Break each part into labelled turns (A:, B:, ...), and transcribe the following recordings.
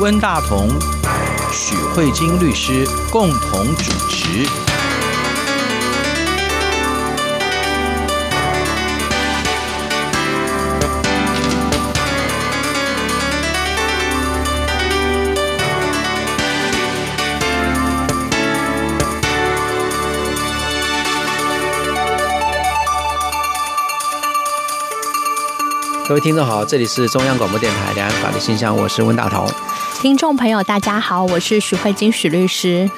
A: 温大同、许慧晶律师共同主持。
B: 各位听众好，这里是中央广播电台两岸法律信箱，我是温大同。
C: 听众朋友，大家好，我是许慧金许律师。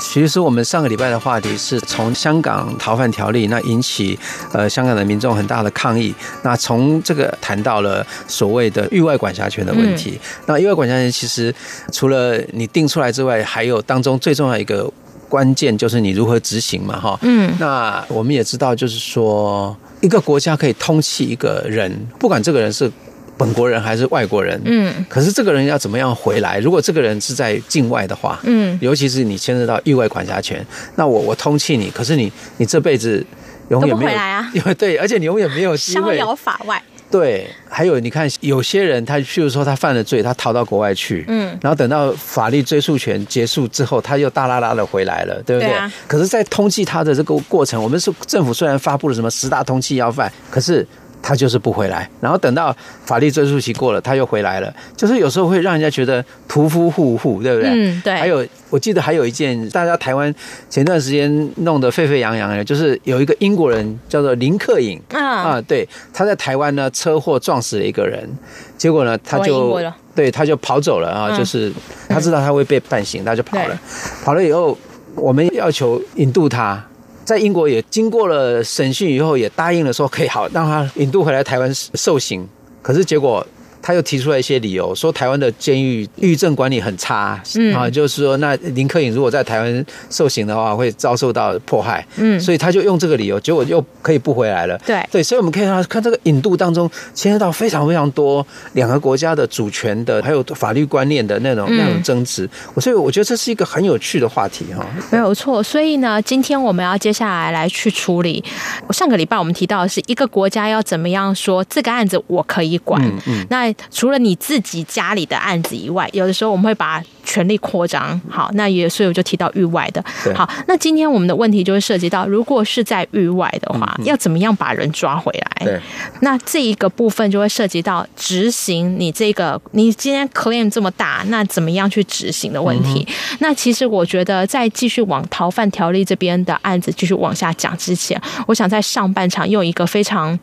B: 其实我们上个礼拜的话题是从香港逃犯条例那引起呃香港的民众很大的抗议，那从这个谈到了所谓的域外管辖权的问题。
C: 嗯
B: 那域外管辖权其实除了你定出来之外，还有当中最重要一个关键就是你如何执行嘛，哈。
C: 嗯，
B: 那我们也知道，就是说一个国家可以通缉一个人，不管这个人是本国人还是外国人，
C: 嗯
B: 可是这个人要怎么样回来？如果这个人是在境外的话，
C: 嗯，
B: 尤其是你牵涉到域外管辖权，那我我通缉你，可是你你这辈子永远
C: 都不
B: 没有
C: 回来啊
B: 因为 对，而且你永远没有机
C: 逍
B: 会。
C: 遥法外。
B: 对，还有你看，有些人他譬如说他犯了罪，他逃到国外去，
C: 嗯，
B: 然后等到法律追诉权结束之后，他又大拉拉的回来了，对不对？
C: 对啊
B: 可是，在通缉他的这个过程，我们是政府虽然发布了什么十大通缉要犯，可是。他就是不回来，然后等到法律追诉期过了，他又回来了。就是有时候会让人家觉得屠夫护护，对不对？
C: 嗯对
B: 还有，我记得还有一件大家台湾前段时间弄得沸沸扬扬的，就是有一个英国人叫做林克颖，
C: 啊，
B: 啊，对，他在台湾呢车祸撞死了一个人，结果呢他
C: 台湾英
B: 就
C: 国的
B: 对他就跑走了啊，
C: 嗯
B: 就是他知道他会被判刑，他就跑
C: 对
B: 了，跑了以后我们要求引渡他。在英国也经过了审讯以后，也答应了说可以好让他引渡回来台湾受刑。可是结果他又提出来一些理由，说台湾的监狱狱政管理很差，
C: 嗯
B: 啊，就是说那林克颖如果在台湾受刑的话，会遭受到迫害。
C: 嗯
B: 所以他就用这个理由，结果又可以不回来了。
C: 对
B: 对，所以我们可以看到，看这个引渡当中牵涉到非常非常多两个国家的主权的，还有法律观念的那种那种
C: 嗯
B: 争执。我所以我觉得这是一个很有趣的话题哈。
C: 没有错。所以呢，今天我们要接下来来去处理。上个礼拜我们提到的是一个国家要怎么样说这个案子我可以管。
B: 嗯嗯
C: 那除了你自己家里的案子以外，有的时候我们会把权力扩张。好，那也所以我就提到域外的
B: 对。
C: 好，那今天我们的问题就会涉及到，如果是在域外的话，要怎么样把人抓回来？
B: 嗯对，
C: 那这一个部分就会涉及到执行你这个你今天 claim 这么大，那怎么样去执行的问
B: 嗯
C: 题？那其实我觉得在继续往逃犯条例这边的案子继续往下讲之前，我想在上半场用一个非常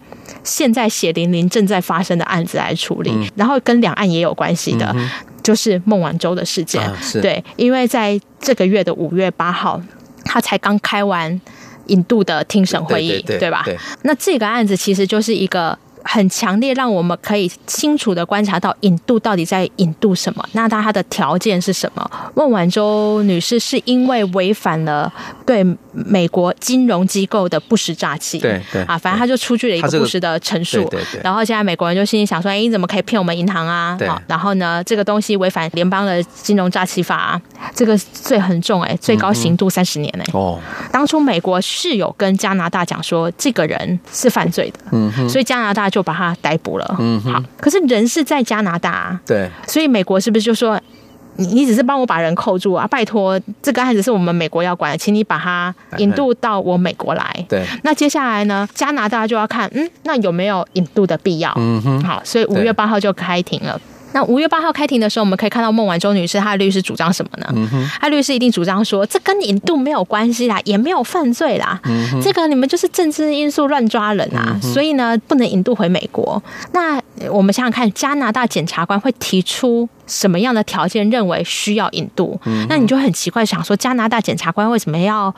C: 现在血淋淋正在发生的案子来处理，
B: 嗯
C: 然后跟两岸也有关系的。就是孟晚舟的事件，
B: 啊是
C: 对，因为在这个月的五月八号，他才刚开完引渡的听审会议，
B: 对对
C: 吧？
B: 对，
C: 那这个案子其实就是一个很强烈，让我们可以清楚的观察到引渡到底在引渡什么，那它的条件是什么？孟晚舟女士是因为违反了对美国金融机构的不实诈欺，
B: 对对
C: 啊，反正她就出具了一
B: 她这
C: 个
B: 个
C: 不实的陈述，
B: 对对对
C: 然后现在美国人就心里想说，哎，你怎么可以骗我们银行啊？
B: 对
C: 好然后呢，这个东西违反联邦的金融诈欺法、啊，这个罪很重哎、最
B: 嗯
C: 高刑度三十年哎、
B: 哦，
C: 当初美国是有跟加拿大讲说这个人是犯罪的，所以加拿大就把他逮捕了。好，可是人是在加拿大、啊，
B: 对
C: 所以美国是不是就说你你只是帮我把人扣住啊？拜托，这个案子是我们美国要管的，请你把他引渡到我美国来。
B: 对，
C: 那接下来呢，加拿大就要看，嗯，那有没有引渡的必要？
B: 嗯哼，
C: 好，所以五
B: 对
C: 月八号就开庭了。那五月八号开庭的时候，我们可以看到孟晚舟女士她的律师主张什么呢？她律师一定主张说，这跟引渡没有关系啦，也没有犯罪啦，这个你们就是政治因素乱抓人啊，所以呢不能引渡回美国。那呃我们想想看，加拿大检察官会提出什么样的条件认为需要引渡？
B: 嗯
C: 那你就很奇怪，想说加拿大检察官为什么要？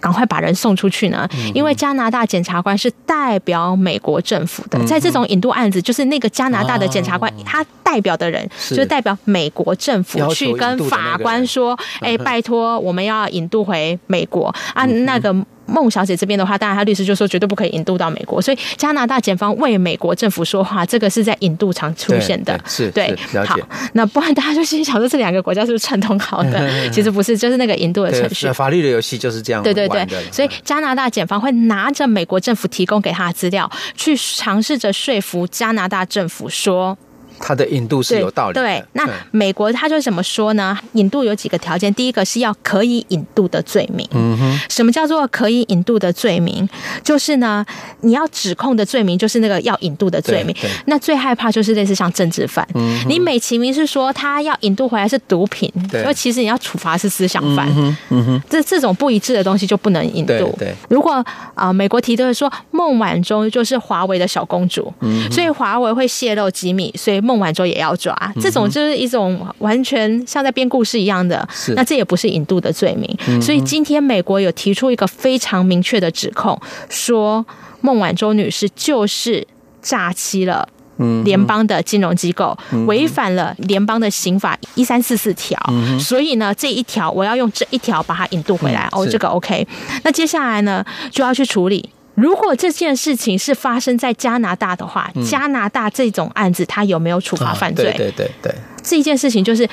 C: 赶快把人送出去呢？
B: 嗯
C: 因为加拿大检察官是代表美国政府的，在
B: 嗯
C: 这种引渡案子，就是那个加拿大的检察官，他代表的人
B: 啊是
C: 就是代表美国政
B: 要
C: 府
B: 求
C: 去
B: 引
C: 跟
B: 渡的那
C: 法
B: 个
C: 官
B: 人
C: 说：“哎、拜托，我们要引渡回美国
B: 嗯
C: 啊。”那个孟小姐这边的话，当然她律师就说绝对不可以引渡到美国，所以加拿大检方为美国政府说话，这个是在引渡场出
B: 对
C: 现的
B: 对。是
C: 对
B: 是了
C: 好
B: 解，
C: 那不然大家就心想说这两个国家是不是串通好 的？其实不是，就是那个引渡的
B: 对
C: 程，序
B: 那。法律的游戏就是这样
C: 对对对
B: 玩的，
C: 所以加拿大检方会拿着美国政府提供给他的资料，去尝试着说服加拿大政府说。
B: 他的引渡是
C: 对
B: 有道理的。嗯
C: 对，那美国他就怎么说呢？引渡有几个条件，第一个是要可以引渡的罪名。
B: 嗯哼，
C: 什么叫做可以引渡的罪名？就是呢，你要指控的罪名就是那个要引渡的罪名
B: 对对。
C: 那最害怕就是类似像政治犯，你美其名是说他要引渡回来是毒品，
B: 对
C: 而其实你要处罚是思想犯。
B: 嗯嗯哼，
C: 这这种不一致的东西就不能引渡。
B: 对对
C: 如果啊、呃美国提的说孟晚舟就是华为的小公主，
B: 嗯
C: 所以华为会泄露机密，所以孟晚舟也要抓。
B: 嗯
C: 这种就是一种完全像在编故事一样的
B: 是，嗯
C: 那这也不是引渡的罪名。所以今天美国有提出一个非常明确的指控，说孟晚舟女士就是诈欺了。
B: 嗯
C: 联邦的金融机构违反了联邦的刑法一三四四条，所以呢，这一条我要用这一条把它引渡回来。
B: 嗯
C: 哦，
B: 是
C: 这个 OK。那接下来呢，就要去处理。如果这件事情是发生在加拿大的话，加拿大这种案子它有没有处罚犯罪？
B: 嗯啊对对对对，
C: 这一件事情就是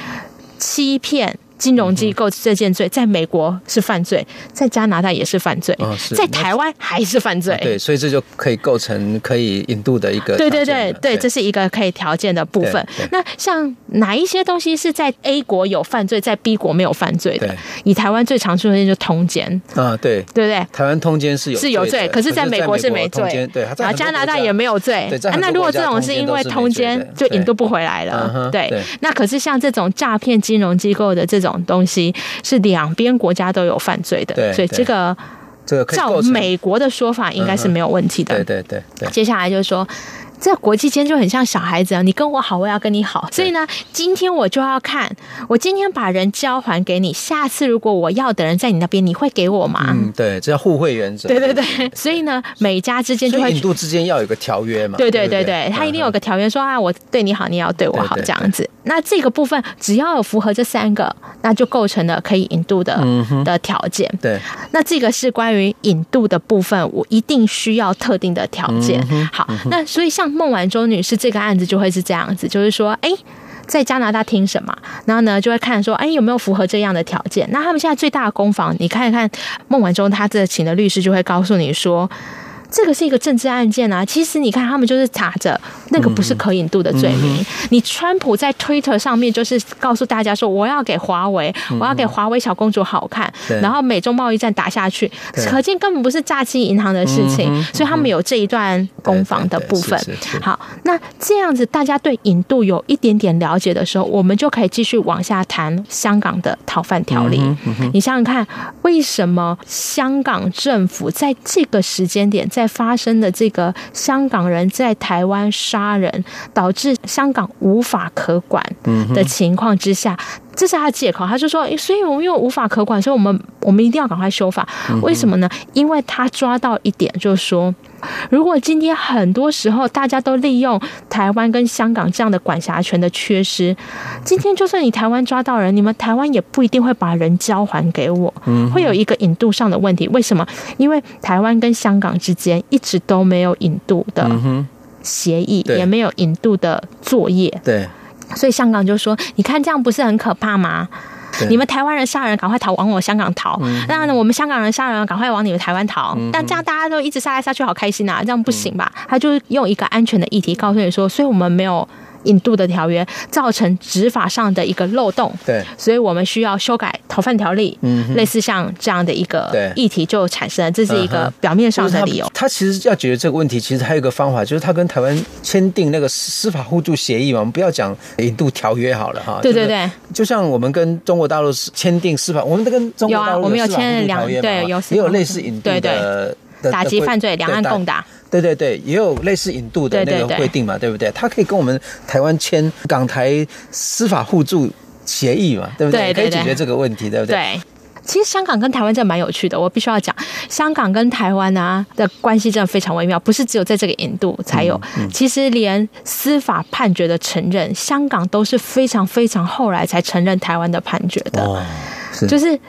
C: 欺骗金融机
B: 嗯
C: 构这件罪，在美国是犯罪，在加拿大也是犯罪，
B: 哦是
C: 在台湾还是犯罪。
B: 啊对，所以这就可以构成可以引渡的一个
C: 对对
B: 条件
C: 对
B: 了
C: 对，这是一个可以条件的部分
B: 对对。
C: 那像哪一些东西是在 A 国有犯罪，在 B 国没有犯罪的
B: 对？
C: 以台湾最常出现就通奸，
B: 啊对。
C: 对不对？
B: 台湾通奸是有
C: 是有
B: 罪
C: 罪，
B: 的，
C: 可是在美国是没罪
B: 通奸对，啊它，在
C: 然
B: 很
C: 后
B: 多
C: 啊加拿大
B: 国家
C: 也没有罪啊
B: 对在。很多
C: 那如果
B: 国家
C: 这种是因为通
B: 通奸都是没
C: 奸就
B: 罪的
C: 引渡不回来
B: 嗯哼
C: 了，
B: 对
C: 对。那可是像这种诈骗金融机构的这种东西，是两边国家都有犯罪
B: 对
C: 的，所以
B: 对
C: 这个
B: 这个可以
C: 照
B: 构成
C: 美国的说法应该是没有问题的
B: 对。对对对
C: 接下来就是说。在国际间就很像小孩子啊，你跟我好，我也要跟你好。所以呢，今天我就要看，我今天把人交还给你，下次如果我要的人在你那边，你会给我吗？
B: 嗯对，这叫互惠原则。嗯
C: 对对对，所以呢，每家之间就
B: 所
C: 会
B: 以引渡之间要有一个条约嘛。
C: 对对
B: 对
C: 对
B: 不
C: 对，他一定有
B: 嗯
C: 个条约说啊，我对你好，你也要对我好
B: 对对
C: 这样子。那这个部分只要有符合这三个，那就构成了可以引渡的
B: 嗯
C: 的条件。
B: 对
C: 那这个是关于引渡的部分，我一定需要特定的条件。好，那所以像孟晚舟女士这个案子就会是这样子，就是说，哎。在加拿大听什么，然后呢就会看说，哎，有没有符合这样的条件？那他们现在最大的攻防，你看一看孟晚舟她这请的律师就会告诉你说，这个是一个政治案件啊。其实你看，他们就是查着那个不是可引渡的罪
B: 嗯
C: 名。你川普在 Twitter 上面就是告诉大家说，我要给华为，我要给华为小公主好看，
B: 嗯对
C: 然后美中贸易战打下去
B: 对，嗯
C: 可见根本不是诈欺银行的事情。所以他们有这一段攻防的部分
B: 对对对是是是。
C: 好，那这样子大家对引渡有一点点了解的时候，我们就可以继续往下谈香港的逃犯条例。你想想看，为什么香港政府在这个时间点，在发生的这个香港人在台湾杀人，导致香港无法可管的情况之下？这是他的借口，他就说，诶所以我们因为无法可管，所以我们我们一定要赶快修法。为什么呢？因为他抓到一点，就是说，如果今天很多时候大家都利用台湾跟香港这样的管辖权的缺失，今天就算你台湾抓到人，你们台湾也不一定会把人交还给我，会有一个引渡上的问题。为什么？因为台湾跟香港之间一直都没有引渡的协议，
B: 对
C: 也没有引渡的作业，
B: 对
C: 所以香港就说：“你看这样不是很可怕吗？”
B: 对嗯
C: 你们台湾人杀人，赶快逃往我香港逃；那、我们香港人杀人，赶快往你们台湾逃。但这样大家都一直杀来杀去，好开心啊！这样不行
B: 嗯
C: 吧？他就用一个安全的议题告诉你说，所以我们没有引渡的条约，造成执法上的一个漏洞。
B: 对嗯
C: 所以我们需要修改逃犯条例，类似像这样的一
B: 对
C: 个议题就产生了，这是一
B: 嗯
C: 个
B: 哼
C: 表面上
B: 就是
C: 的
B: 他
C: 理由。
B: 他其实要解决这个问题，其实还有一个方法，就是他跟台湾签订那个司法互助协议嘛。我们不要讲引渡条约好了哈。
C: 对
B: 就
C: 对
B: 是
C: 对，
B: 就像我们跟中国大陆是签订司法，我们跟中国大
C: 有啊
B: 陆
C: 我们有
B: 司法互
C: 签
B: 助
C: 了两
B: 条约嘛
C: 对
B: 哈
C: 有司法
B: 也有类似引渡
C: 对对
B: 的。的
C: 打击
B: 的规
C: 犯罪，两岸
B: 对
C: 共打。
B: 对对对，也有类似引渡的
C: 对
B: 那
C: 对
B: 个
C: 对
B: 规定嘛，对不对？他可以跟我们台湾签港台司法互助协议嘛，对不
C: 对对
B: 可以解
C: 对
B: 决这个问题，对不对？
C: 对。其实香港跟台湾真的蛮有趣的，我必须要讲，香港跟台湾啊的关系真的非常微妙，不是只有在这个引渡才有，
B: 嗯
C: 其实连司法判决的承认，香港都是非常非常后来才承认台湾的判决的。
B: 哦，是
C: 就是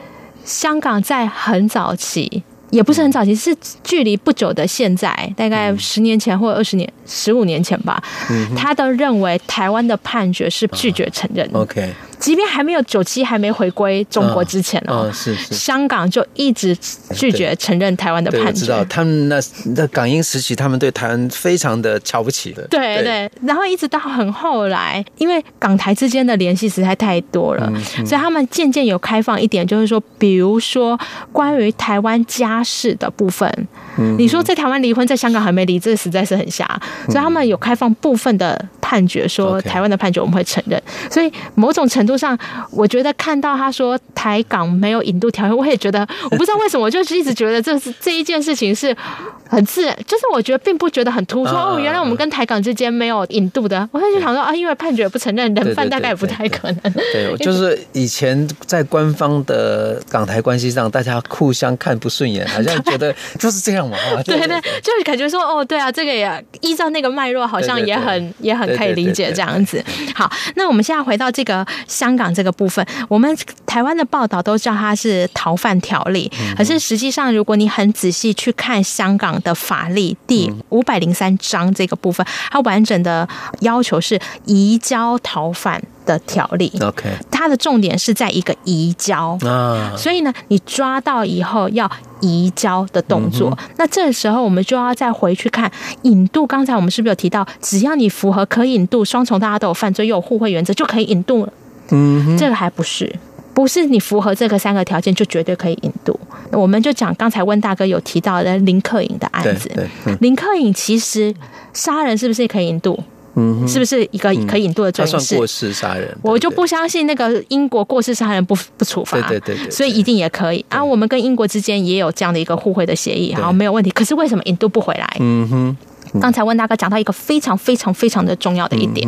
C: 香港在很早期，也不是很早期，是距离不久的现在，大概
B: 嗯
C: 十年前或二十年、
B: 啊
C: 十五年前吧，他都认为台湾的判决是拒绝承认的。
B: 哦 OK，
C: 即便还没有九七还没回归中国之前哦，
B: 嗯是是
C: 香港就一直拒绝承认台湾的
B: 对，我
C: 判
B: 知
C: 决。
B: 道他们那那港英时期，他们对台湾非常的瞧不起的。
C: 对对，然后一直到很后来，因为港台之间的联系实在太多了，所以他们渐渐有开放一点，就是说，比如说关于台湾家事的部分，你说在台湾离婚，在香港还没离，这实在是很狭，所以他们有开放部分的判决，说
B: OK
C: 台湾的判决我们会承认。所以某种程度上，我觉得看到他说台港没有引渡条约，我也觉得，我不知道为什么，我就是一直觉得这是这一件事情是很自然，就是我觉得并不觉得很突兀，说
B: 啊
C: 哦，原来我们跟台港之间没有引渡的，我就想说啊，因为判决不承认人
B: 对对
C: 犯，
B: 对
C: 大概也不太可能。
B: 对，就是以前在官方的港台关系上，大家互相看不顺眼，好像觉 得就是这样嘛。啊
C: 对对，就是感觉说哦，对啊，这个也依照那个脉络，好像
B: 对对
C: 也
B: 对
C: 很也很可以理解这样子。好，那我们现在回到这个香港这个部分，我们台湾的报道都叫它是逃犯条例，
B: 嗯
C: 可是实际上如果你很仔细去看香港的法例
B: 嗯
C: 第五百零三章这个部分，它完整的要求是移交逃犯的条例，
B: OK
C: 它的重点是在一个移交。
B: 啊，
C: 所以呢，你抓到以后要移交的动
B: 嗯
C: 作，那这时候我们就要再回去看引渡。刚才我们是不是有提到，只要你符合可引渡、双重大家都有犯罪又有互惠原则，就可以引渡了？
B: 嗯哼，
C: 这个还不是。不是你符合这个三个条件就绝对可以引渡。我们就讲刚才温大哥有提到的林克颖的案
B: 对
C: 子，
B: 对，嗯
C: 林克颖其实杀人是不是也可以引渡？
B: 嗯哼，
C: 是不是一个可以引渡的罪
B: 他
C: 名
B: 算
C: 是？
B: 过失杀人，
C: 我
B: 对
C: 就不相信那个英国过失杀人不不处罚，
B: 对对对对对
C: 所以一定也可以啊。我们跟英国之间也有这样的一个互惠的协议，
B: 对
C: 好，没有问题。可是为什么引渡不回来？
B: 嗯嗯哼，
C: 刚才温大哥讲到一个非常非常非常的重要的一点，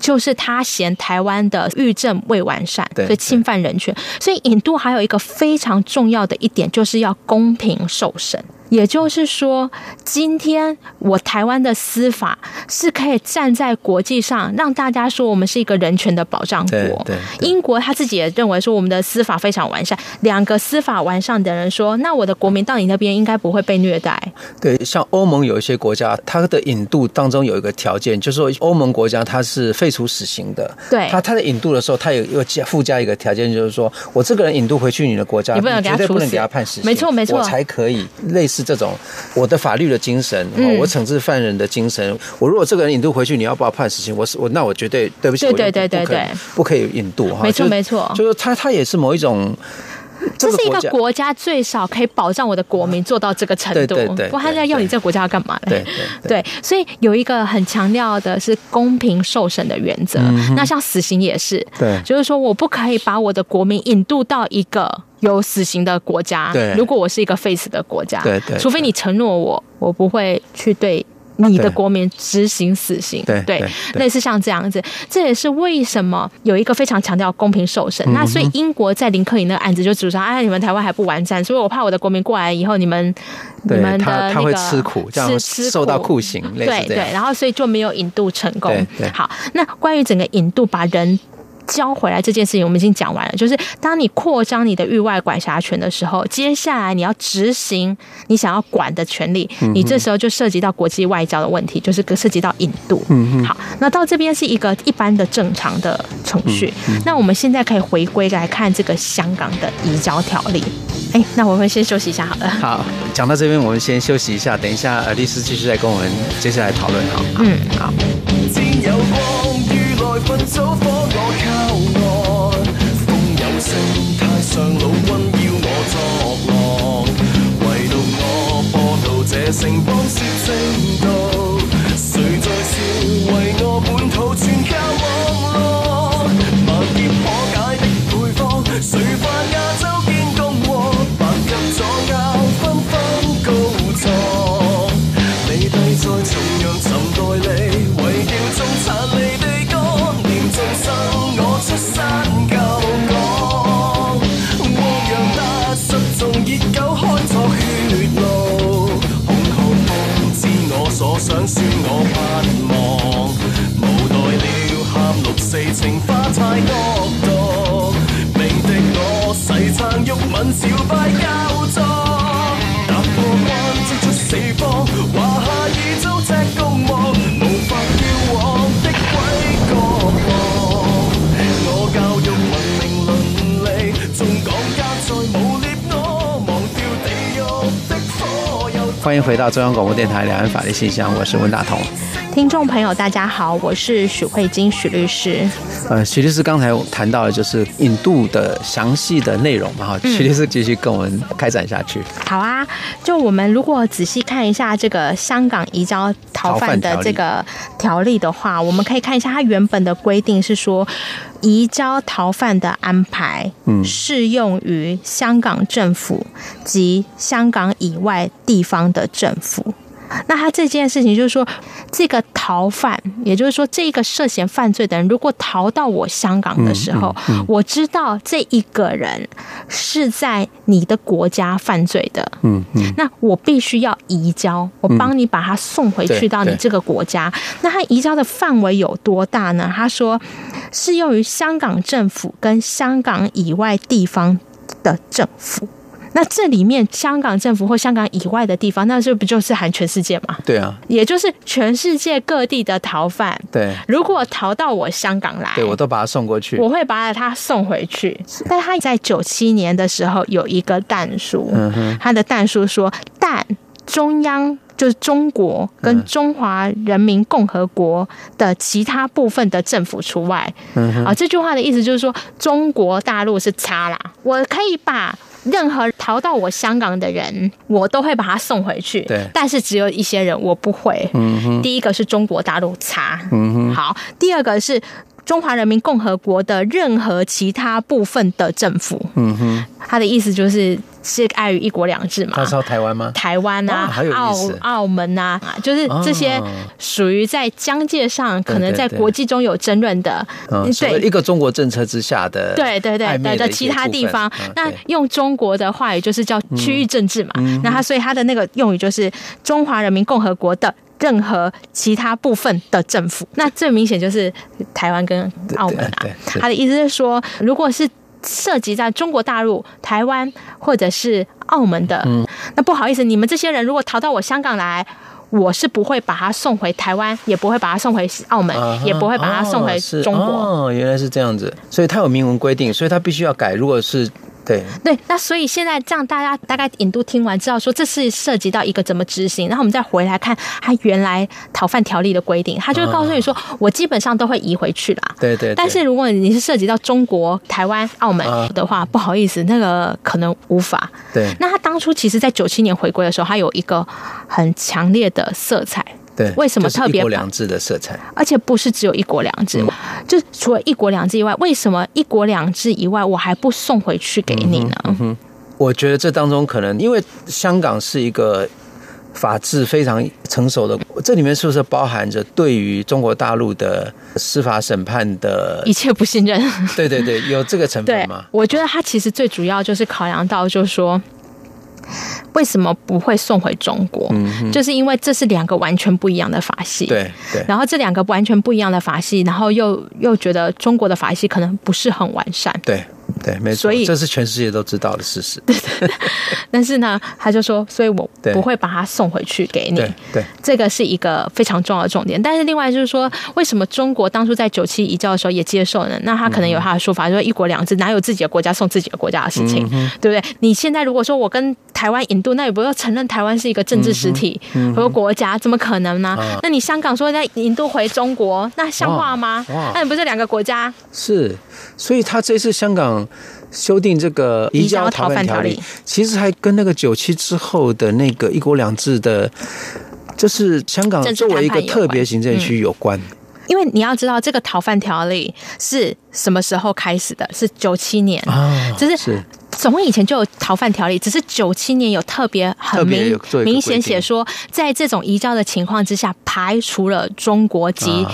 C: 就是他嫌台湾的狱政未完善，
B: 对
C: 所以侵犯人权。所以引渡还有一个非常重要的一点，就是要公平受审。也就是说，今天我台湾的司法是可以站在国际上，让大家说我们是一个人权的保障国
B: 对对。对
C: 英国他自己也认为说我们的司法非常完善。两个司法完善的人说，那我的国民到你那边应该不会被虐待。
B: 对，像欧盟有一些国家，它的引渡当中有一个条件，就是说欧盟国家它是废除死刑的。
C: 对
B: 它它的引渡的时候，它有又加附加一个条件，就是说我这个人引渡回去你的国家，
C: 你不能给他
B: 绝对不
C: 处
B: 能
C: 死
B: 给他判死刑，
C: 没错没错
B: 我才可以。类似这种我的法律的精神，
C: 嗯
B: 哦我惩治犯人的精神，我如果这个人引渡回去，你要把我判死刑，我是我那我绝对对不起，
C: 对
B: 我就
C: 对对
B: 不
C: 对
B: 不可以
C: 对
B: 不可以引渡哈。
C: 没错
B: 就是
C: 没错
B: 就是它它也是某一种。
C: 这是一
B: 国
C: 个
B: 家
C: 国家最少可以保障我的国民做到这个程度，
B: 对对对
C: 不然他在要你这个国家要干嘛呢？
B: 对对
C: 对所以有一个很强调的是公平受审的原则。那像死刑也是，
B: 嗯对
C: 就是说我不可以把我的国民引渡到一个有死刑的国家。
B: 对
C: 如果我是一个废死的国家，
B: 对对对
C: 除非你承诺我，我不会去对。你的
B: 对
C: 国民执行死刑，
B: 对对对
C: 类似像这样子，这也是为什么有一个非常强调公平受
B: 嗯
C: 审。那所以英国在林克营那个案子就主张，哎，你们台湾还不完善，所以我怕我的国民过来以后，你们你
B: 对
C: 们的
B: 他
C: 那
B: 他会
C: 个
B: 吃苦这样
C: 吃吃
B: 受到酷刑类似
C: 对
B: 这
C: 对
B: 样，
C: 然后所以就没有引渡成功
B: 对。对
C: 好，那关于整个引渡把人。交回来这件事情，我们已经讲完了。就是当你扩张你的域外管辖权的时候，接下来你要执行你想要管的权利，
B: 嗯
C: 你这时候就涉及到国际外交的问题，就是涉及到引渡。嗯好，那到这边是一个一般的正常的程序。
B: 嗯
C: 那我们现在可以回归来看这个香港的移交条例。哎，那我们先休息一下好了。
B: 好，讲到这边，我们先休息一下，等一下呃，律师继续再跟我们接下来讨论好。
C: 嗯，
B: 好。
D: 天有光，雨來焚走火我靠岸。風有聲，太上老君要我作浪。唯獨我播到這城邦說正道，誰在笑為我本土全靠網絡？萬劫可解的配方，誰犯亞洲建共和？白鴿左交紛紛告狀。你低在重陽尋代理，為叫中產你地歌，念眾生我出山救港。汪洋大失蹤熱狗開拓血路，恐嚇風知我所想，説我盼望，無奈了喊六四情花太惡毒，明的我細撐鬱敏小拜交作。踏過關，衝出四方，華夏已遭隻共和，無法叫往的鬼國王。我教育
B: 欢迎回到中央广播电台两岸法律信箱，我是温大同。
C: 听众朋友，大家好，我是许慧晶许律师。
B: 呃，徐律师刚才谈到的就是引渡的详细的内容嘛，哈，
C: 嗯
B: 徐律师继续跟我们开展下去。
C: 好啊，就我们如果仔细看一下这个香港移交逃犯的这个条例的话，我们可以看一下它原本的规定是说，移交逃犯的安排适用于香港政府及香港以外地方的政府。那他这件事情就是说，这个逃犯，也就是说，这个涉嫌犯罪的人，如果逃到我香港的时候，
B: 嗯
C: 我知道这一个人是在你的国家犯罪的，
B: 嗯嗯，
C: 那我必须要移交，我帮你把他送回去
B: 嗯对
C: 到你
B: 对
C: 这个国家。那他移交的范围有多大呢？他说，适用于香港政府跟香港以外地方的政府。那这里面，香港政府或香港以外的地方，那这不就是含全世界吗？
B: 对啊，
C: 也就是全世界各地的逃犯，
B: 对，
C: 如果逃到我香港来，
B: 对我都把他送过去。
C: 哎我会把他送回去。但他在九七年的时候有一个弹书，
B: 嗯
C: 他的弹书说：“但中央就是中国跟中华人民共和国的其他部分的政府除外。”
B: 嗯
C: 啊，这句话的意思就是说，中国大陆是差啦，我可以把。任何逃到我香港的人，我都会把他送回去。
B: 对嗯
C: 但是只有一些人我不会。第一个是中国大陆差，好，第二个是。中华人民共和国的任何其他部分的政府，嗯哼，他的意思就是是碍于一国两制嘛
B: 他，是到台湾吗？
C: 台湾啊
B: 啊还有，
C: 澳
B: 意思
C: 澳门啊，就是这些
B: 哦
C: 属于在疆界上可能
B: 对对
C: 在
B: 对
C: 国际中有争论的，
B: 嗯，所谓一个中国政策之下的
C: 对对对
B: 暧昧
C: 对
B: 的
C: 的
B: 一些
C: 其他地方
B: 部分嗯，
C: 那
B: 对
C: 用中国的话语就是叫区域政治嘛，
B: 嗯
C: 那它所以它的那个用语就是中华人民共和国的。任何其他部分的政府，那最明显就是台湾跟澳门啊
B: 对对。是
C: 他的意思是说，如果是涉及在中国大陆、台湾或者是澳门的，
B: 嗯
C: 那不好意思，你们这些人如果逃到我香港来，我是不会把他送回台湾，也不会把他送回澳门，
B: 啊哈
C: 也不会把他送回
B: 哦是
C: 中国。
B: 哦，原来是这样子，所以它有明文规定，所以它必须要改。如果是对，
C: 对，那所以现在这样，大家大概引渡听完，知道说这是涉及到一个怎么执行，然后我们再回来看它原来逃犯条例的规定，它就会告诉你说，我基本上都会移回去啦。
B: 对对对
C: 但是如果你是涉及到中国、台湾、澳门
B: 啊
C: 的话，不好意思，那个可能无法。
B: 对
C: 那他当初其实，在九七年回归的时候，他有一个很强烈的色彩，
B: 对，
C: 为什么
B: 就是
C: 特别
B: 一国
C: 把
B: 两制的色彩？
C: 而且不是只有一国两
B: 嗯
C: 制，就是除了一国两制以外，为什么一国两制以外，我还不送回去给你呢？
B: 嗯我觉得这当中可能因为香港是一个法治非常成熟的，这里面是不是包含着对于中国大陆的司法审判的
C: 一？切不信任。
B: 对对对，有这个成
C: 对
B: 分吗，？
C: 我觉得他其实最主要就是考量到，就是说。为什么不会送回中国？就是因为这是两个完全不一样的法
B: 嗯
C: 系。
B: 对对
C: 然后这两个完全不一样的法系，然后又又觉得中国的法系可能不是很完善，
B: 对对，没错
C: 所以，
B: 这是全世界都知道的事实。
C: 但是呢，他就说，所以我
B: 对
C: 不会把它送回去给你
B: 对。对
C: 这个是一个非常重要的重点。但是另外就是说，为什么中国当初在九七移交的时候也接受呢？那他可能有他的说法，就是一国两制，哪有自己的国家送自己的国家的事
B: 嗯
C: 情，对不对？你现在如果说我跟台湾引渡，那也不要承认台湾是一个政治实体
B: 嗯
C: 和国家，怎么可能呢？那你香港说在引渡回中国，那像话吗
B: 哇哇？
C: 那你不是两个国家？
B: 是，所以他这次香港修订这个移交逃犯条
C: 移交逃犯
B: 例
C: 条，
B: 其实还跟那个九七之后的那个“一国两制”的，就是香港
C: 政治
B: 作为一
C: 谈
B: 个
C: 判有
B: 特别
C: 关
B: 行政区有关。
C: 因为你要知道，这个逃犯条例是什么时候开始的？是九七年
B: 啊
C: 就是
B: 是
C: 总共以前就有逃犯条例，只是九七年有特别很
B: 特别
C: 明
B: 有做一个
C: 明
B: 规
C: 显
B: 定
C: 写说，在这种移交的情况之下，排除了中国及
B: 啊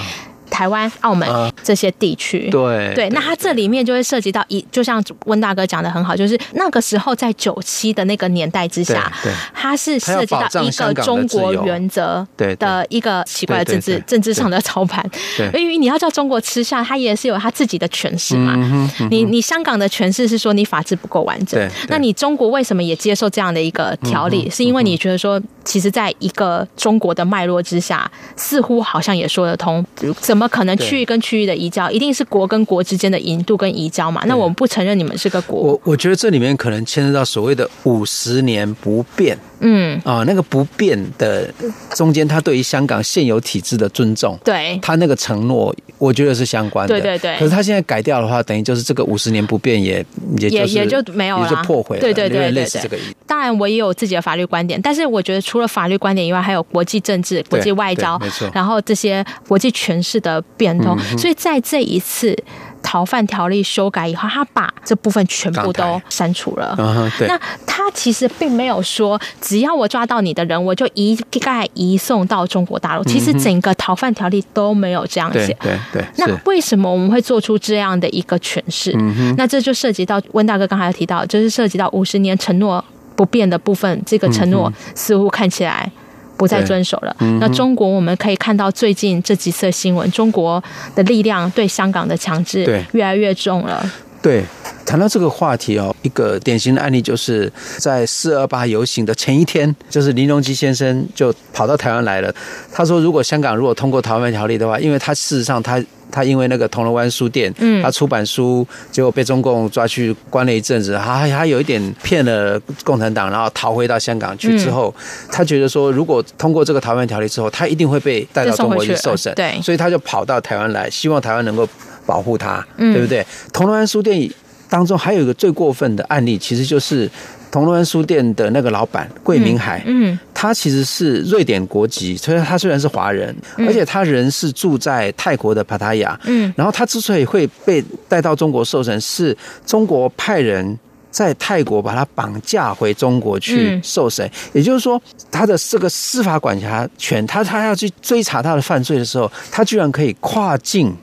C: 台湾、澳门
B: 啊
C: 这些地区。
B: 对啊
C: 对，那它这里面就会涉及到一，就像温大哥讲的很好，就是那个时候在九七的那个年代之下
B: 对对，
C: 它是
B: 它要
C: 涉及
B: 保
C: 到
B: 障
C: 一
B: 香
C: 个
B: 港的
C: 中国
B: 自由
C: 原则
B: 对对
C: 的一个奇怪的
B: 对对
C: 政治
B: 对
C: 政治上的操盘
B: 对，
C: 因为你要叫中国吃下，它也是有它自己的诠释嘛。
B: 嗯
C: 你你香港的诠释是说你法治不够完整
B: 对对，
C: 那你中国为什么也接受这样的一个条
B: 嗯
C: 例？是因为你觉得说，其实在一个中国的脉络之下，似乎好像也说得通，怎么可能
B: 对
C: 区域跟区域的移交，一定是国跟国之间的引渡跟移交嘛？那我们不承认你们是个国。
B: 我我觉得这里面可能牵涉到所谓的五十年不变，
C: 嗯，
B: 啊、那个不变的中间，他对于香港现有体制的尊重，
C: 对，
B: 他那个承诺，我觉得是相关的。
C: 对对对
B: 可是他现在改掉的话，等于就是这个五十年不变也，也
C: 也
B: 就是
C: 也就没有了
B: 也就破毁了。
C: 对对对
B: 有点
C: 对
B: 类似
C: 对
B: 这个意思。
C: 当然我也有自己的法律观点，但是我觉得除了法律观点以外，还有国际政治、国际外交
B: 对没错，嗯
C: 然后这些国际权势的变动。所以在这一次逃犯条例修改以后，他把这部分全部
B: 港
C: 都
B: 台
C: 删除了。
B: 嗯哼，对。
C: 那他其实并没有说，只要我抓到你的人，我就一概移送到中国大陆。其实整个逃犯条例都没有这样
B: 嗯对
C: 写。
B: 对对，
C: 那
B: 是嗯
C: 为什么我们会做出这样的一个诠释？那这就涉及到温大哥刚才有提到，就是涉及到五十年承诺不变的部分，这个承
B: 嗯
C: 诺似乎看起来。不再遵守了。那中国我们可以看到最近这几次的新闻，中国的力量对香港的强制
B: 对
C: 越来越重了。
B: 对。谈到这个话题哦，一个典型的案例就是在四二八游行的前一天，就是林荣基先生就跑到台湾来了。他说，如果香港如果通过逃犯条例的话，因为他事实上他他因为那个铜锣湾书店，
C: 嗯
B: 他出版书，结果被中共抓去关了一阵子，他还他有一点骗了共产党，然后逃回到香港去之后，
C: 嗯
B: 他觉得说，如果通过这个逃犯条例之后，他一定会被带到中国去
C: 再送
B: 受
C: 回去
B: 审，
C: 对
B: 所以他就跑到台湾来，希望台湾能够保护他，
C: 嗯
B: 对不对？铜锣湾书店当中还有一个最过分的案例，其实就是铜锣湾书店的那个老板桂明海，
C: 嗯，
B: 他其实是瑞典国籍，所以他虽然是华人，而且他人是住在泰国的帕塔亚。
C: 嗯，
B: 然后他之所以会被带到中国受审，是中国派人。在泰国把他绑架回中国去
C: 嗯
B: 受审，也就是说，他的这个司法管辖权，他他要去追查他的犯罪的时候，他居然可以跨境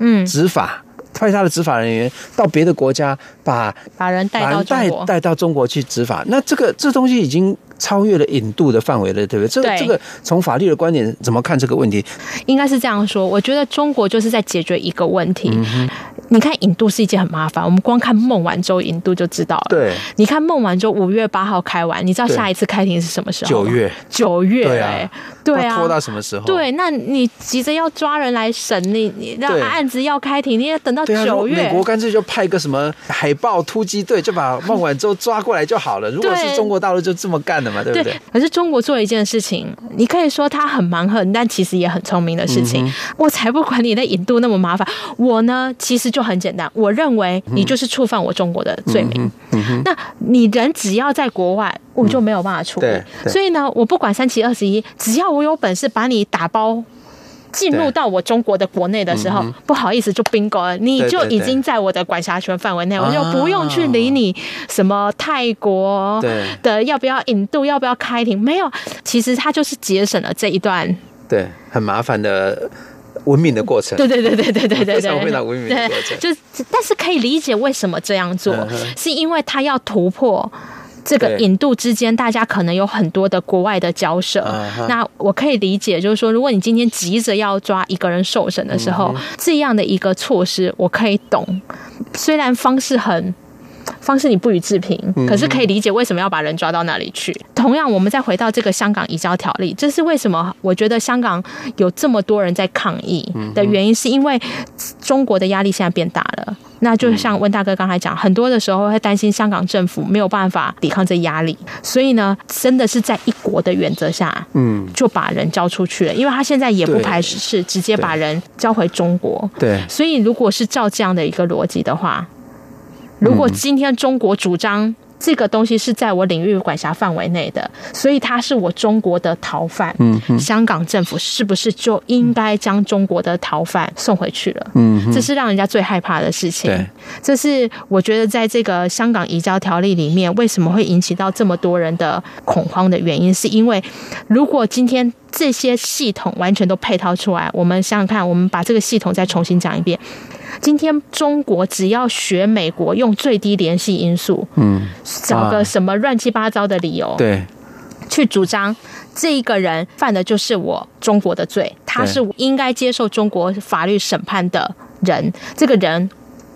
C: 嗯，
B: 执法，派他的执法人员到别的国家把
C: 把人带
B: 把
C: 到
B: 人
C: 中
B: 带
C: 国，
B: 带到中国去执法，那这个这东西已经超越了引渡的范围了，对不对？这个
C: 对
B: 这个从法律的观点怎么看这个问题？
C: 应该是这样说。我觉得中国就是在解决一个问题。
B: 嗯
C: 你看引渡是一件很麻烦，我们光看孟晚舟引渡就知道了。，
B: 对，
C: 你看孟晚舟五月八号开完，你知道
B: 对
C: 下一次开庭是什么时候？
B: 九，月，
C: 九月、
B: 对啊
C: 哎，对
B: 那
C: 啊，
B: 拖到什么时候？
C: 对，那你急着要抓人来审，你你让
B: 对
C: 案子要开庭，你也等到
B: 对啊，如果
C: 九月。
B: 美国干脆就派一个什么海豹突击队，就把孟晚舟抓过来就好了。如果是
C: 对
B: 中国大陆就这么干的嘛，对不对？
C: 可是中国做了一件事情，你可以说他很蛮横，但其实也很聪明的事
B: 嗯
C: 情。我才不管你的引渡那么麻烦，我呢其实就很简单，我认为你就是触犯我中国的罪名。
B: 嗯
C: 那你人只要在国外，我就没有办法处理。
B: 对对
C: 所以呢，我不管三七二十一，只要我有本事把你打包。进入
B: 对嗯
C: 到我中国的国内的时候，不好意思，就 bingo 了，你
B: 对
C: 就
B: 对
C: 已
B: 对
C: 经在我的管辖权范围内，我就
B: 啊
C: 不用去理你什么泰国
B: 对
C: 的要不要引渡，要不要开庭，没有，其实他就是节省了这一段，
B: 对，很麻烦的呃文明的过程。
C: 对对对对对对
B: 非
C: 对
B: 常
C: 对，
B: 非常文明的过程
C: 对就是但是可以理解为什么这样做，
B: 嗯哼
C: 是因为他要突破。这个
B: 对
C: 引渡之间，大家可能有很多的国外的交涉。
B: 嗯哼
C: 那我可以理解，就是说，如果你今天急着要抓一个人受审的时
B: 嗯
C: 候，这样的一个措施，我可以懂。虽然方式很方式你不予置评，可是可以理解为什么要把人抓到那里去。同样，我们再回到这个香港移交条例，这是为什么？我觉得香港有这么多人在抗议的原因，是因为中国的压力现在变大了。那就像温大哥刚才讲，很多的时候会担心香港政府没有办法抵抗这压力，所以呢，真的是在一国的原则下，嗯，就把人交出去了，因为他现在也不
B: 对
C: 排斥是直接把人交回中国。
B: 对
C: 所以，如果是照这样的一个逻辑的话，如果今天中国主张这个东西是在我领域管辖范围内的，所以它是我中国的逃犯，
B: 嗯
C: 香港政府是不是就应该将中国的逃犯送回去了？这是让人家最害怕的事情
B: 嗯对。
C: 这是我觉得在这个香港移交条例里面，为什么会引起到这么多人的恐慌的原因，是因为如果今天这些系统完全都配套出来，我们想想看，我们把这个系统再重新讲一遍。今天中国只要学美国用最低联系因素，嗯，找个
B: 啊
C: 什么乱七八糟的理由，
B: 对
C: 去主张这一个人犯的就是我中国的罪，他是应该接受中国法律审判的人。这个人，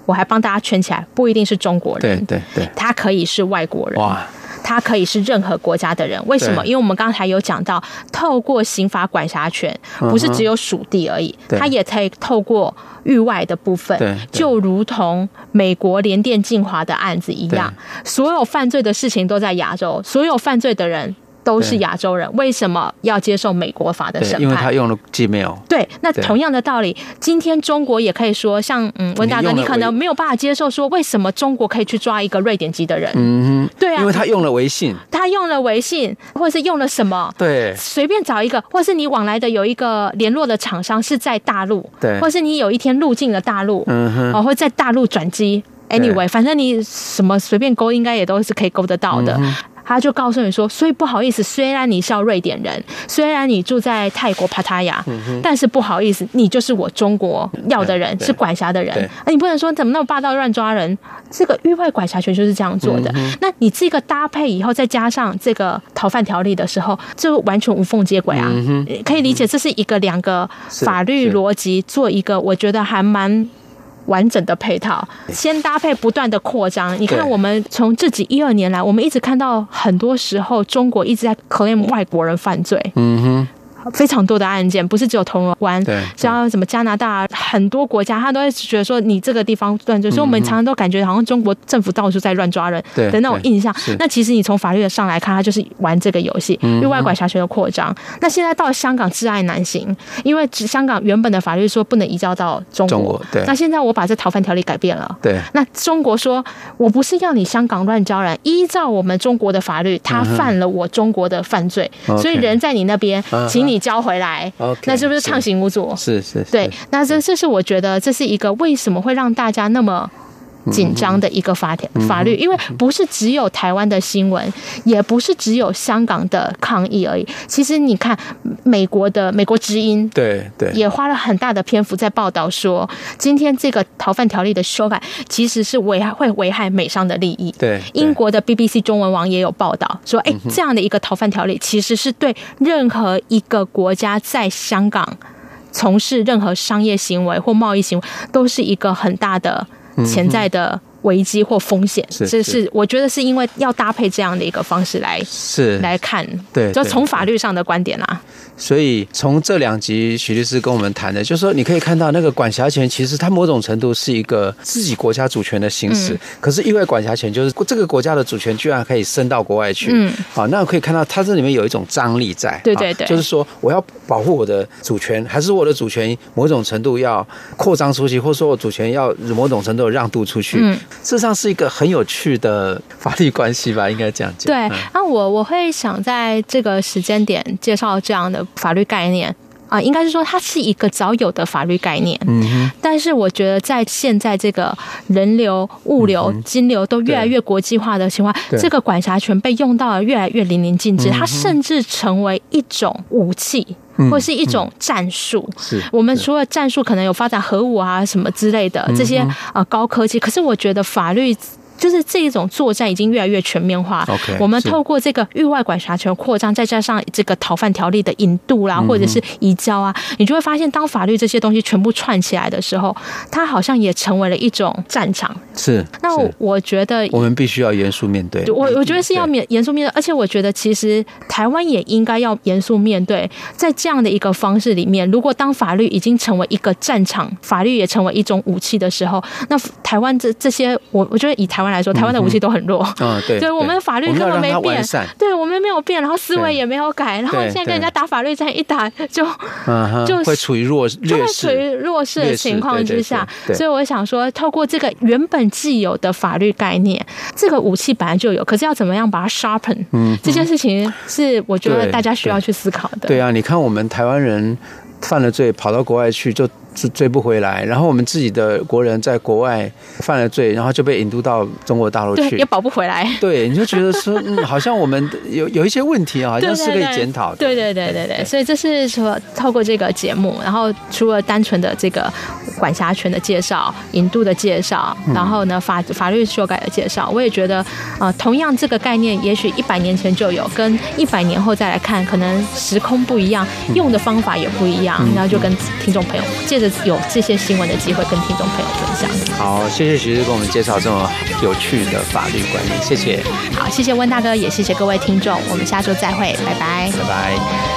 C: 我还帮大家圈起来，不一定是中国
B: 对
C: 人，
B: 对对，
C: 他可以是外国人，
B: 哇，
C: 他可以是任何国家的人。为什么？
B: 对
C: 因为我们刚才有讲到，透过刑法管辖权，不是只有属地而已，
B: 嗯对
C: 他也可以透过域外的部分
B: 对，对
C: 就如同美国联电进华的案子一样，所有犯罪的事情都在亚洲，所有犯罪的人都是亚洲人，为什么要接受美国法的
B: 对
C: 审，判？
B: 因为他用了 Gmail，
C: 对，那
B: 对
C: 同样的道理，今天中国也可以说，像嗯，温大哥，
B: 你用
C: 你
B: 了
C: 可
B: 微
C: 能没有办法接受说，为什么中国可以去抓一个瑞典籍的人？
B: 嗯哼，
C: 对啊，
B: 因为他用了微信，
C: 他用了微信，或者是用了什么？
B: 对
C: 随便找一个，或是你往来的有一个联络的厂商是在大陆，
B: 对
C: 或是你有一天入境了大陆，
B: 嗯哼
C: 哦，会在大陆转机。Anyway，反正你什么随便勾，应该也都是可以勾得到
B: 嗯
C: 的。他就告诉你说，所以不好意思，虽然你笑瑞典人，虽然你住在泰国帕塔亚，但是不好意思，你就是我中国要的人，
B: 嗯对
C: 是管辖的人
B: 对。
C: 啊，你不能说怎么那么霸道乱抓人，这个域外管辖权就是这样做的。
B: 嗯
C: 那你这个搭配以后，再加上这个逃犯条例的时候，就完全无缝接轨啊，可以理解这是一个两个
B: 嗯是
C: 法律
B: 是
C: 逻辑做一个，我觉得还蛮完整的配套，先搭配不断的扩张。你看，
B: 对
C: 我们从这几一二年来，我们一直看到很多时候中国一直在 claim 外国人犯罪，
B: 嗯哼，
C: 非常多的案件，不是只有铜锣湾
B: 对对，
C: 像什么加拿大很多国家，他都会觉得说你这个地方乱罪，所以我们常常都感觉好像中国政府到处在乱抓人
B: 嗯对
C: 的那种印象
B: 对是。嗯
C: 那其实你从法律上来看，他就是玩这个游戏，域外管辖权的扩张。那现在到了香港，挚爱难行，因为只香港原本的法律说不能移交到中
B: 中
C: 国
B: 国，对
C: 那现在我把这逃犯条例改变了。
B: 对
C: 那中国说，我不是要你香港乱交人，依照我们中国的法律，他犯了我中国的犯罪，
B: 嗯 OK
C: 所以人在你那边
B: 嗯，哼
C: 请你交回来
B: OK，
C: 那是不是畅行无阻？
B: 是是，
C: 对
B: 是，嗯
C: 那这这是我觉得这是一个为什么会让大家那么。紧张的一个法条
B: 嗯
C: 法律，因为不是只有台湾的新闻，也不是只有香港的抗议而已。其实你看，美国的美国之音，
B: 对对，
C: 也花了很大的篇幅在报道说，今天这个逃犯条例的修改其实是危害会危害美商的利益。
B: 对嗯对
C: 英国的 BBC 中文网也有报道说，哎，这样的一个逃犯条例其实是对任何一个国家在香港从事任何商业行为或贸易行为，都是一个很大的潜在的。危机或风险，
B: 是
C: 这
B: 是
C: 是我觉得是因为要搭配这样的一个方式来
B: 是
C: 来看，
B: 对
C: 就
B: 对
C: 从法律上的观点啦、
B: 所以从这两集许律师跟我们谈的，就是说你可以看到那个管辖权，其实它某种程度是一个自己国家主权的行
C: 嗯
B: 使，可是域外管辖权就是这个国家的主权居然可以伸到国外去。
C: 嗯，
B: 好，那可以看到它这里面有一种张力在。
C: 对对
B: 啊
C: 对
B: 就是说我要保护我的主权，还是我的主权某种程度要扩张出去，或者说我主权要某种程度让渡出去。
C: 嗯，
B: 事实上是一个很有趣的法律关系吧，应该这样讲。
C: 对
B: 嗯，
C: 那我我会想在这个时间点介绍这样的法律概念。啊、应该是说它是一个早有的法律概念，嗯，但是我觉得在现在这个人流、物流、金流都越来越国际化的情况
B: 嗯
C: 下，
B: 对
C: 这个管辖权被用到了越来越淋漓尽致，它甚至成为一种武器。或是一种战术，
B: 是
C: 我们除了战术，可能有发展核武啊什么之类的
B: 嗯
C: 这些呃高科技，可是我觉得法律。就是这一种作战已经越来越全面化。
B: OK，
C: 我们
B: 是
C: 透过这个域外管辖权扩张，再加上这个逃犯条例的引
B: 嗯
C: 渡啦，或者是移交啊，你就会发现，当法律这些东西全部串起来的时候，它好像也成为了一种战场。
B: 是。
C: 那我
B: 是
C: 我觉得
B: 我们必须要严肃面对。
C: 我我觉得是要
B: 对
C: 面严肃面对，而且我觉得其实台湾也应该要严肃面对，在这样的一个方式里面，如果当法律已经成为一个战场，法律也成为一种武器的时候，那台湾这这些，我我觉得以台湾来说，台湾的武器都很弱。
B: 啊，嗯对，
C: 对我们的法律
B: 我
C: 根
B: 们要
C: 本没
B: 让它
C: 变
B: 完 善，
C: 对我们没有变，然后思维
B: 对
C: 也没有改，然后
B: 对
C: 现在跟
B: 对
C: 人家打法律战一打就
B: 嗯哼，
C: 就是
B: 会处于弱
C: 就
B: 劣
C: 会处于
B: 势，
C: 弱势的
B: 劣势
C: 情况之下，
B: 对对对对
C: 所以我想说，透过这个原本既有的法律概念，这个武器本来就有，可是要怎么样把它 sharpen，、嗯、这件事情是我觉得
B: 对
C: 大家需要去思考的。
B: 对啊，你看我们台湾人犯了罪，跑到国外去就追追不回来，然后我们自己的国人在国外犯了罪，然后就被引渡到中国大陆
C: 对，也
B: 去。
C: 保不回来。
B: 对，你就觉得 说，嗯，好像我们有有一些问题啊，好像是可以检讨的。
C: 对对对对对，所以这是说透过这个节目，然后除了单纯的这个管辖权的介绍、引渡的介绍，
B: 嗯
C: 然后呢法法律修改的介绍，我也觉得，呃，同样这个概念，也许一百年前就有，跟一百年后再来看，可能时空不一样，用的方法也不一样，
B: 嗯
C: 然后就跟听众朋友借着有这些新闻的机会，跟听众朋友分享。
B: 好，谢谢徐师给我们介绍这么有趣的法律观念，谢谢，
C: 好，谢谢温大哥，也谢谢各位听众，我们下周再会，拜拜
B: 拜拜。